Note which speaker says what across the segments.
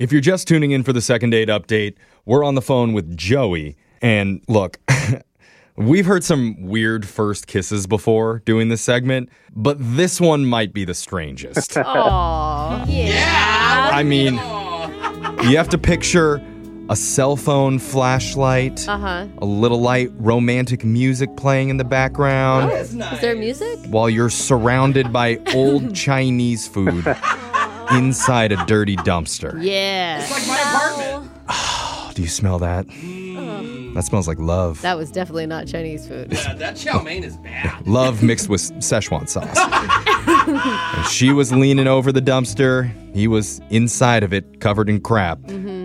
Speaker 1: If you're just tuning in for the second date update, we're on the phone with Joey. And look, we've heard some weird first kisses before doing this segment, but this one might be the strangest.
Speaker 2: Aw. Yeah.
Speaker 1: I mean, you have to picture a cell phone flashlight,
Speaker 2: Uh huh.
Speaker 1: a little light romantic music playing in the background
Speaker 2: Is there music?
Speaker 1: while you're surrounded by old Chinese food inside a dirty dumpster.
Speaker 2: Yeah.
Speaker 1: Do you smell that? That smells like love.
Speaker 2: that was definitely not Chinese food.
Speaker 3: Uh, that chow mein is bad.
Speaker 1: love mixed with Szechuan sauce. and she was leaning over the dumpster. He was inside of it, covered in crap.
Speaker 2: Mm-hmm.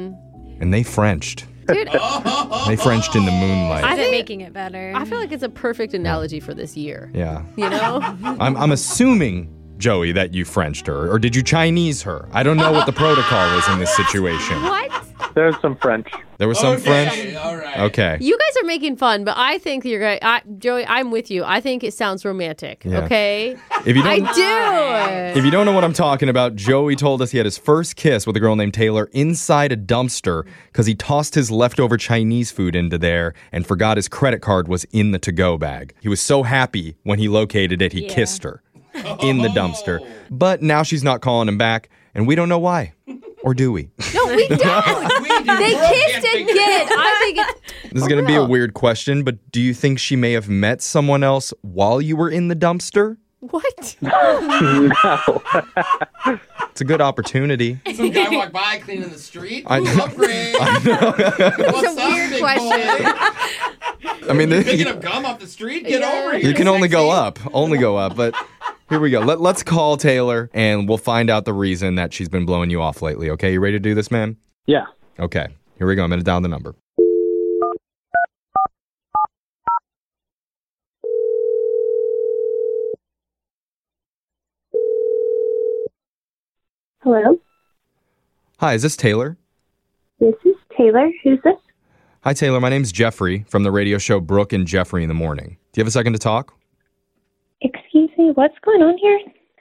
Speaker 1: And they Frenched.
Speaker 2: Dude,
Speaker 1: They Frenched in the moonlight.
Speaker 2: I think-
Speaker 4: making it better.
Speaker 2: I feel like it's a perfect analogy for this year.
Speaker 1: yeah.
Speaker 2: You know?
Speaker 1: I'm, I'm assuming, Joey, that you Frenched her, or did you Chinese her? I don't know what the protocol is in this situation.
Speaker 2: what?
Speaker 5: There's some French.
Speaker 1: There was some
Speaker 3: Okay,
Speaker 1: French.
Speaker 3: all right.
Speaker 1: Okay.
Speaker 2: You guys are making fun, but I think you're going I Joey, I'm with you. I think it sounds romantic.
Speaker 1: Yeah.
Speaker 2: Okay?
Speaker 1: If you
Speaker 2: I
Speaker 1: don't,
Speaker 2: do.
Speaker 1: if you don't know what I'm talking about, Joey told us he had his first kiss with a girl named Taylor inside a dumpster because he tossed his leftover Chinese food into there and forgot his credit card was in the to-go bag. He was so happy when he located it, he kissed her in the dumpster. But now she's not calling him back, and we don't know why, or do we?
Speaker 2: No, we don't.
Speaker 3: We do
Speaker 2: they
Speaker 3: broke
Speaker 2: kissed
Speaker 3: it, big-
Speaker 2: again. I think it's
Speaker 1: This is going to be a weird question, but do you think she may have met someone else while you were in the dumpster?
Speaker 2: what?
Speaker 1: It's a good opportunity.
Speaker 3: Some guy walked by cleaning the street.
Speaker 1: I-
Speaker 3: I know.
Speaker 1: I know.
Speaker 3: What's
Speaker 2: a
Speaker 3: up,
Speaker 2: weird
Speaker 3: big
Speaker 2: question.
Speaker 3: boy?
Speaker 1: I mean,
Speaker 3: Picking up gum off the street? Get
Speaker 2: Yeah.
Speaker 3: over here.
Speaker 1: You can only go
Speaker 3: sexy.
Speaker 1: up, only go up. But here we go. Let, let's call Taylor and we'll find out the reason that she's been blowing you off lately. Okay, you ready to do this, man?
Speaker 5: Yeah.
Speaker 1: Okay, here we go. I'm going to dial the number.
Speaker 6: Hello,
Speaker 1: Hi, is this Taylor?
Speaker 6: this is Taylor. Who's this?
Speaker 1: Hi, Taylor. My name's Jeffrey from the radio show Brooke and Jeffrey in the Morning. Do you have a second to talk?
Speaker 6: Excuse me, what's going on here?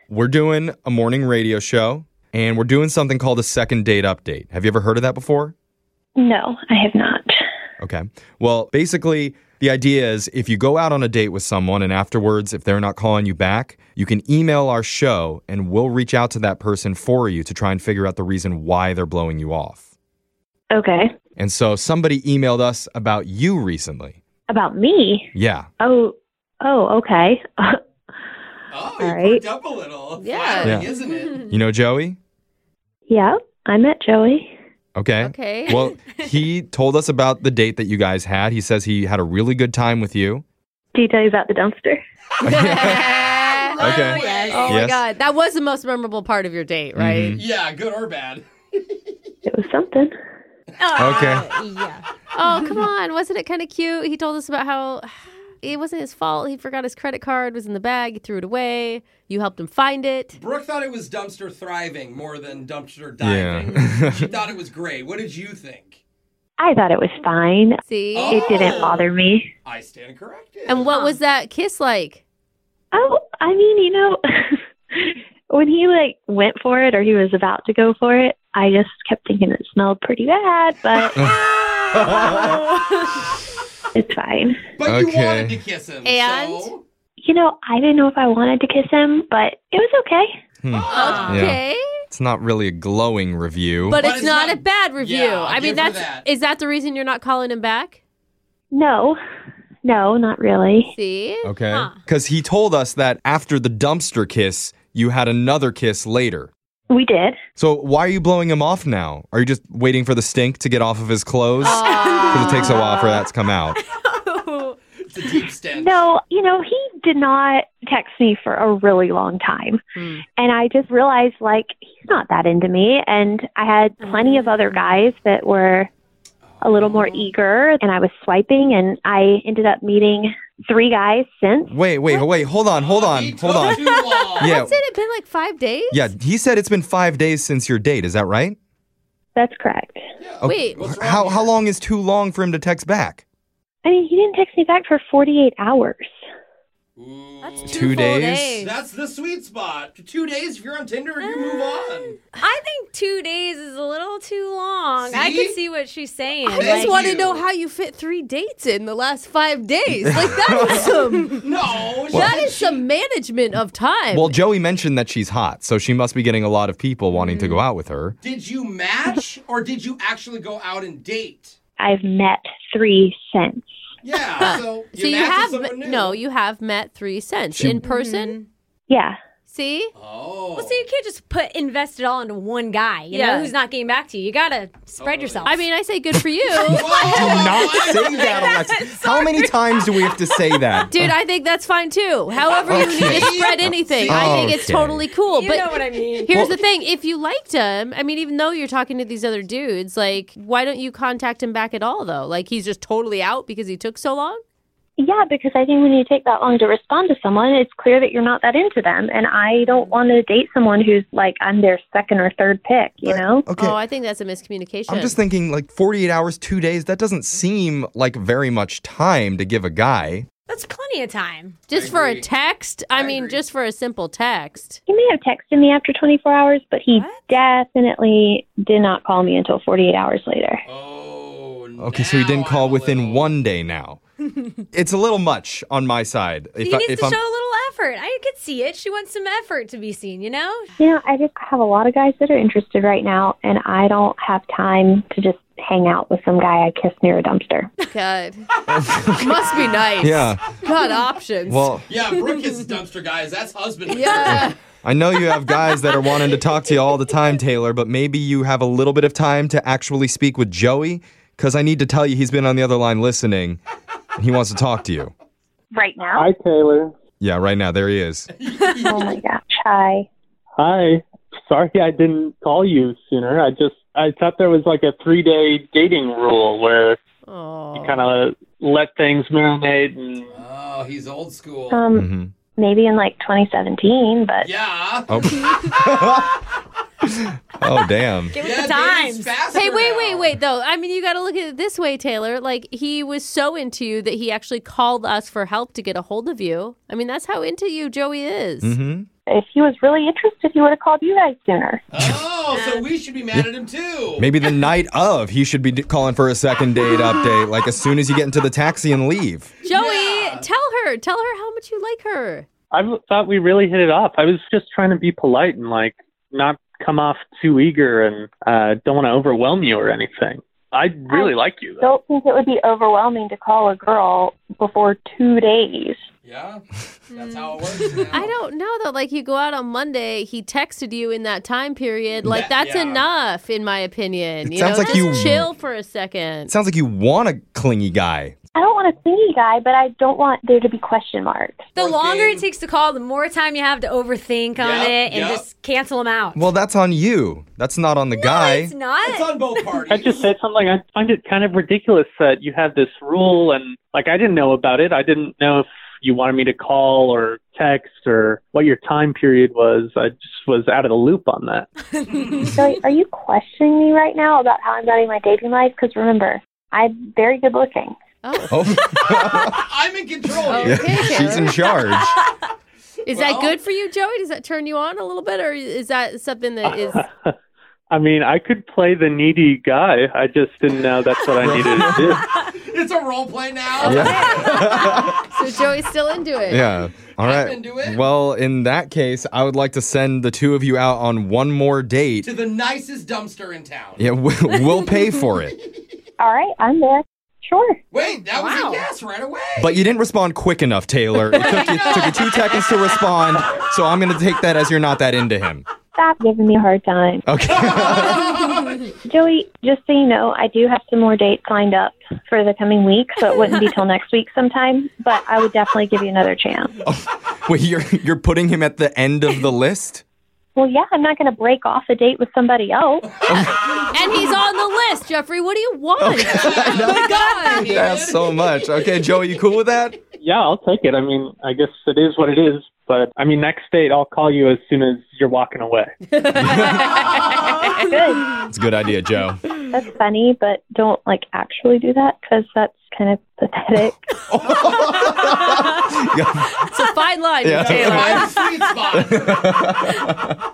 Speaker 1: We're doing a morning radio show and we're doing something called a second date update. Have you ever heard of that before?
Speaker 6: No, I have not.
Speaker 1: Okay. Well, basically, the idea is if you go out on a date with someone and afterwards, if they're not calling you back, you can email our show and we'll reach out to that person for you to try and figure out the reason why they're blowing you off.
Speaker 6: Okay.
Speaker 1: And so somebody emailed us about you recently.
Speaker 6: About me?
Speaker 1: Yeah.
Speaker 6: Oh, oh, okay.
Speaker 3: Oh,
Speaker 6: All
Speaker 3: you
Speaker 6: right.
Speaker 3: perked up a little.
Speaker 2: Yeah.
Speaker 3: Flattering,
Speaker 1: Yeah.
Speaker 3: Isn't it?
Speaker 1: You know Joey?
Speaker 6: yeah, I met Joey.
Speaker 1: Okay.
Speaker 2: Okay.
Speaker 1: Well, he told us about the date that you guys had. He says he had a really good time with you.
Speaker 6: Details at the dumpster.
Speaker 1: Okay.
Speaker 2: Oh my
Speaker 1: Yes. Mm-hmm.
Speaker 2: god, that was the most memorable part of your date, right?
Speaker 3: Yeah, good or bad.
Speaker 6: It was something.
Speaker 1: Okay.
Speaker 4: yeah.
Speaker 2: Oh come on, wasn't it kind of cute? He told us about how it wasn't his fault. He forgot his credit card was in the bag. He threw it away. You helped him find it.
Speaker 3: Brooke thought it was dumpster thriving more than dumpster diving.
Speaker 1: Yeah.
Speaker 3: she thought it was great. What did you think?
Speaker 6: I thought it was fine.
Speaker 2: See.
Speaker 3: Oh.
Speaker 6: It didn't bother me.
Speaker 3: I stand corrected.
Speaker 2: And what was that kiss like?
Speaker 6: Oh, I mean, you know, when he like went for it or he was about to go for it, I just kept thinking it smelled pretty bad, but it's fine.
Speaker 3: But you
Speaker 1: Okay.
Speaker 3: wanted to kiss him.
Speaker 2: And?
Speaker 3: So,
Speaker 6: You know, I didn't know if I wanted to kiss him, but it was okay.
Speaker 1: Yeah.
Speaker 2: Okay.
Speaker 1: Hmm. It's not really a glowing review.
Speaker 2: But,
Speaker 3: But
Speaker 2: it's,
Speaker 3: it's
Speaker 2: not,
Speaker 3: not-
Speaker 2: a bad review.
Speaker 3: Yeah, I'll
Speaker 2: I mean,
Speaker 3: give her
Speaker 2: that's
Speaker 3: that.
Speaker 2: is that the reason you're not calling him back?
Speaker 6: No, no, not really.
Speaker 2: See?
Speaker 1: Okay. Because he told us that after the dumpster kiss, you had another kiss later.
Speaker 6: We did.
Speaker 1: So why are you blowing him off now? Are you just waiting for the stink to get off of his clothes? Because it takes a while for that to come out.
Speaker 3: it's a deep stench.
Speaker 6: No, you know, he did not text me for a really long time.
Speaker 2: Hmm.
Speaker 6: And I just realized, like, he's not that into me. And I had plenty of other guys that were a little more eager, and I was swiping, and I ended up meeting three guys since.
Speaker 1: Wait, wait, wait. Hold on, hold
Speaker 3: He
Speaker 1: on,
Speaker 3: took
Speaker 1: hold on.
Speaker 3: Too long.
Speaker 1: Yeah,
Speaker 2: Has it been like five days?
Speaker 1: yeah. He said it's been five days since your date. Is that right?
Speaker 6: That's correct.
Speaker 2: Wait.
Speaker 1: Okay. How how long is too long for him to text back?
Speaker 6: I mean, he didn't text me back for 48 hours.
Speaker 3: Ooh.
Speaker 2: That's
Speaker 1: Two
Speaker 2: two, full
Speaker 1: days?
Speaker 2: days.
Speaker 3: That's the sweet spot. Two days, if you're on Tinder, you move on.
Speaker 4: I think two days is a little too long. I
Speaker 3: See?
Speaker 4: can see what she's saying.
Speaker 2: I just
Speaker 3: Thank
Speaker 2: want to
Speaker 3: you.
Speaker 2: know how you fit three dates in the last five days. Like that is some
Speaker 3: No.
Speaker 2: that is some management of time.
Speaker 1: Well, Joey mentioned that she's hot, so she must be getting a lot of people wanting to go out with her.
Speaker 3: Did you match or did you actually go out and date?
Speaker 6: I've met three since.
Speaker 3: Yeah. So you,
Speaker 2: Uh, so you
Speaker 3: matched with
Speaker 2: have
Speaker 3: someone new.
Speaker 2: no, you have met three cents
Speaker 1: She-
Speaker 2: in person.
Speaker 6: Yeah.
Speaker 2: See,
Speaker 3: Oh.
Speaker 4: Well, so you can't just put invest it all into one guy, you
Speaker 2: Yeah.
Speaker 4: know, who's not getting back to you. You gotta spread yourself.
Speaker 2: I mean, I say good for you,
Speaker 1: Do
Speaker 3: Whoa,
Speaker 1: not
Speaker 3: what?
Speaker 1: say that, Alexa. How many times do we have to say that?
Speaker 2: dude. I think that's fine too. However, you need to
Speaker 3: Okay.
Speaker 2: spread anything. I think it's
Speaker 1: Okay.
Speaker 2: totally cool.
Speaker 4: you
Speaker 2: but
Speaker 4: know what I mean.
Speaker 2: Here's
Speaker 1: Well-
Speaker 2: the thing: if you liked him, I mean, even though you're talking to these other dudes, like, why don't you contact him back at all? Though, like, he's just totally out because he took so long.
Speaker 6: Yeah, because I think when you take that long to respond to someone, it's clear that you're not that into them. And I don't want to date someone who's like, I'm their second or third pick, you know?
Speaker 1: Okay.
Speaker 2: Oh, I think that's a miscommunication.
Speaker 1: I'm just thinking like 48 hours, two days, that doesn't seem like very much time to give a guy.
Speaker 4: That's plenty of time.
Speaker 2: Just
Speaker 3: I
Speaker 2: for a
Speaker 3: agree.
Speaker 2: text. I,
Speaker 3: I
Speaker 2: mean,
Speaker 3: agree.
Speaker 2: just for a simple text.
Speaker 6: He may have texted me after 24 hours, but he
Speaker 4: What?
Speaker 6: definitely did not call me until 48 hours later.
Speaker 3: Oh.
Speaker 1: Okay, so he
Speaker 3: now
Speaker 1: didn't call
Speaker 3: I'm a
Speaker 1: within
Speaker 3: little-
Speaker 1: one day now. it's a little much on my side. If
Speaker 4: He
Speaker 1: I,
Speaker 4: needs
Speaker 1: if
Speaker 4: to
Speaker 1: I'm,
Speaker 4: show a little effort. I could see it. She wants some effort to be seen, you know?
Speaker 6: You know, I just have a lot of guys that are interested right now, and I don't have time to just hang out with some guy I kissed near a dumpster.
Speaker 2: God, must be nice.
Speaker 1: Yeah.
Speaker 2: God, options.
Speaker 1: Well,
Speaker 3: Yeah, Brooke is dumpster guys. That's husband.
Speaker 2: yeah.
Speaker 1: I know you have guys that are wanting to talk to you all the time, Taylor, but maybe you have a little bit of time to actually speak with Joey because I need to tell you he's been on the other line listening. And he wants to talk to you.
Speaker 6: Right now?
Speaker 5: Hi, Taylor.
Speaker 1: Yeah, right now, there he is.
Speaker 6: Oh my gosh. Hi.
Speaker 5: Hi. Sorry I didn't call you sooner. I just I thought there was like a three day dating rule where
Speaker 2: Oh.
Speaker 5: you kind of let things marinate and
Speaker 3: Oh, he's old school.
Speaker 2: Uh,
Speaker 6: Um,
Speaker 1: hmm
Speaker 6: maybe in like 2017, but
Speaker 3: yeah.
Speaker 1: Oh. oh, damn.
Speaker 4: Get with
Speaker 3: yeah,
Speaker 4: the times.
Speaker 3: dating's faster
Speaker 2: Hey, wait, wait,
Speaker 3: now.
Speaker 2: wait, though. I mean, you got to look at it this way, Taylor. Like, he was so into you that he actually called us for help to get a hold of you. I mean, that's how into you Joey is.
Speaker 1: hmm
Speaker 6: if he was really interested, he would have called you guys sooner.
Speaker 3: Oh, so we should be mad at him too.
Speaker 1: Maybe the night of, he should be d- calling for a second date update, like as soon as you get into the taxi and leave.
Speaker 2: Joey,
Speaker 3: Yeah.
Speaker 2: tell her. Tell her how much you like her.
Speaker 5: I w- thought we really hit it off. I was just trying to be polite and like not come off too eager and uh, don't want to overwhelm you or anything. I really
Speaker 6: I
Speaker 5: like you. Though.
Speaker 6: Don't think it would be overwhelming to call a girl before two days.
Speaker 3: Yeah, that's how it works. Now.
Speaker 2: Hmm. I don't know, though. Like, you go out on Monday, he texted you in that time period. Like,
Speaker 3: Yeah.
Speaker 2: that's
Speaker 3: Yeah.
Speaker 2: enough, in my opinion.
Speaker 1: It
Speaker 2: you
Speaker 1: sounds
Speaker 2: know,
Speaker 1: like
Speaker 2: just
Speaker 1: you-
Speaker 2: chill for a second.
Speaker 1: It sounds like you want a clingy guy.
Speaker 6: I don't want a thingy guy, but I don't want there to be question marks.
Speaker 4: The
Speaker 3: Board
Speaker 4: longer
Speaker 3: game.
Speaker 4: it takes to call, the more time you have to overthink on
Speaker 3: Yep,
Speaker 4: it and
Speaker 3: yep.
Speaker 4: just cancel them out.
Speaker 1: Well, that's on you. That's not on the guy.
Speaker 4: it's not.
Speaker 3: It's on both parties.
Speaker 5: I just said something. I find it kind of ridiculous that you have this rule and like I didn't know about it. I didn't know if you wanted me to call or text or what your time period was. I just was out of the loop on that.
Speaker 6: So are you questioning me right now about how I'm running my dating life? Because remember, I'm very good looking.
Speaker 2: Oh,
Speaker 1: Oh,
Speaker 3: I'm in control.
Speaker 2: Oh,
Speaker 3: here.
Speaker 2: okay,
Speaker 1: she's in
Speaker 2: Taylor.
Speaker 1: charge.
Speaker 2: Is that
Speaker 3: Well-
Speaker 2: good for you, Joey? Does that turn you on a little bit, or is that something that is.
Speaker 5: I mean, I could play the needy guy. I just didn't know that's what I needed to do.
Speaker 3: It's a role play now.
Speaker 1: Yeah.
Speaker 2: So Joey's still into it.
Speaker 1: yeah. All
Speaker 3: I'm
Speaker 1: right.
Speaker 3: into it.
Speaker 1: Well, in that case, I would like to send the two of you out on one more date.
Speaker 3: To the nicest dumpster in town.
Speaker 1: Yeah, we- we'll pay for it.
Speaker 6: All right, I'm there. Sure.
Speaker 3: Wait, that was
Speaker 4: Wow.
Speaker 3: a yes right away.
Speaker 1: But you didn't respond quick enough, Taylor. It took you, took you two seconds to respond, so I'm going to take that as you're not that into him.
Speaker 6: Stop giving me a hard time.
Speaker 1: Okay.
Speaker 6: Joey, just so you know, I do have some more dates lined up for the coming week, so it wouldn't be till next week sometime, but I would definitely give you another chance.
Speaker 1: Wait, you're you're putting him at the end of the list?
Speaker 6: Well, yeah, I'm not going to break off a date with somebody else.
Speaker 2: And he's on the list, Jeffrey. What do you want?
Speaker 3: God,
Speaker 1: That's so much. Okay, Joey, you cool with that?
Speaker 5: Yeah, I'll take it. I mean, I guess it is what it is. But I mean, next date, I'll call you as soon as you're walking away.
Speaker 6: Good.
Speaker 1: It's a good idea, Joe.
Speaker 6: that's funny, but don't like actually do that because that's kind of pathetic.
Speaker 4: Yeah.
Speaker 3: It's a fine line,
Speaker 4: Yeah.
Speaker 3: Taylor.
Speaker 1: My sweet spot.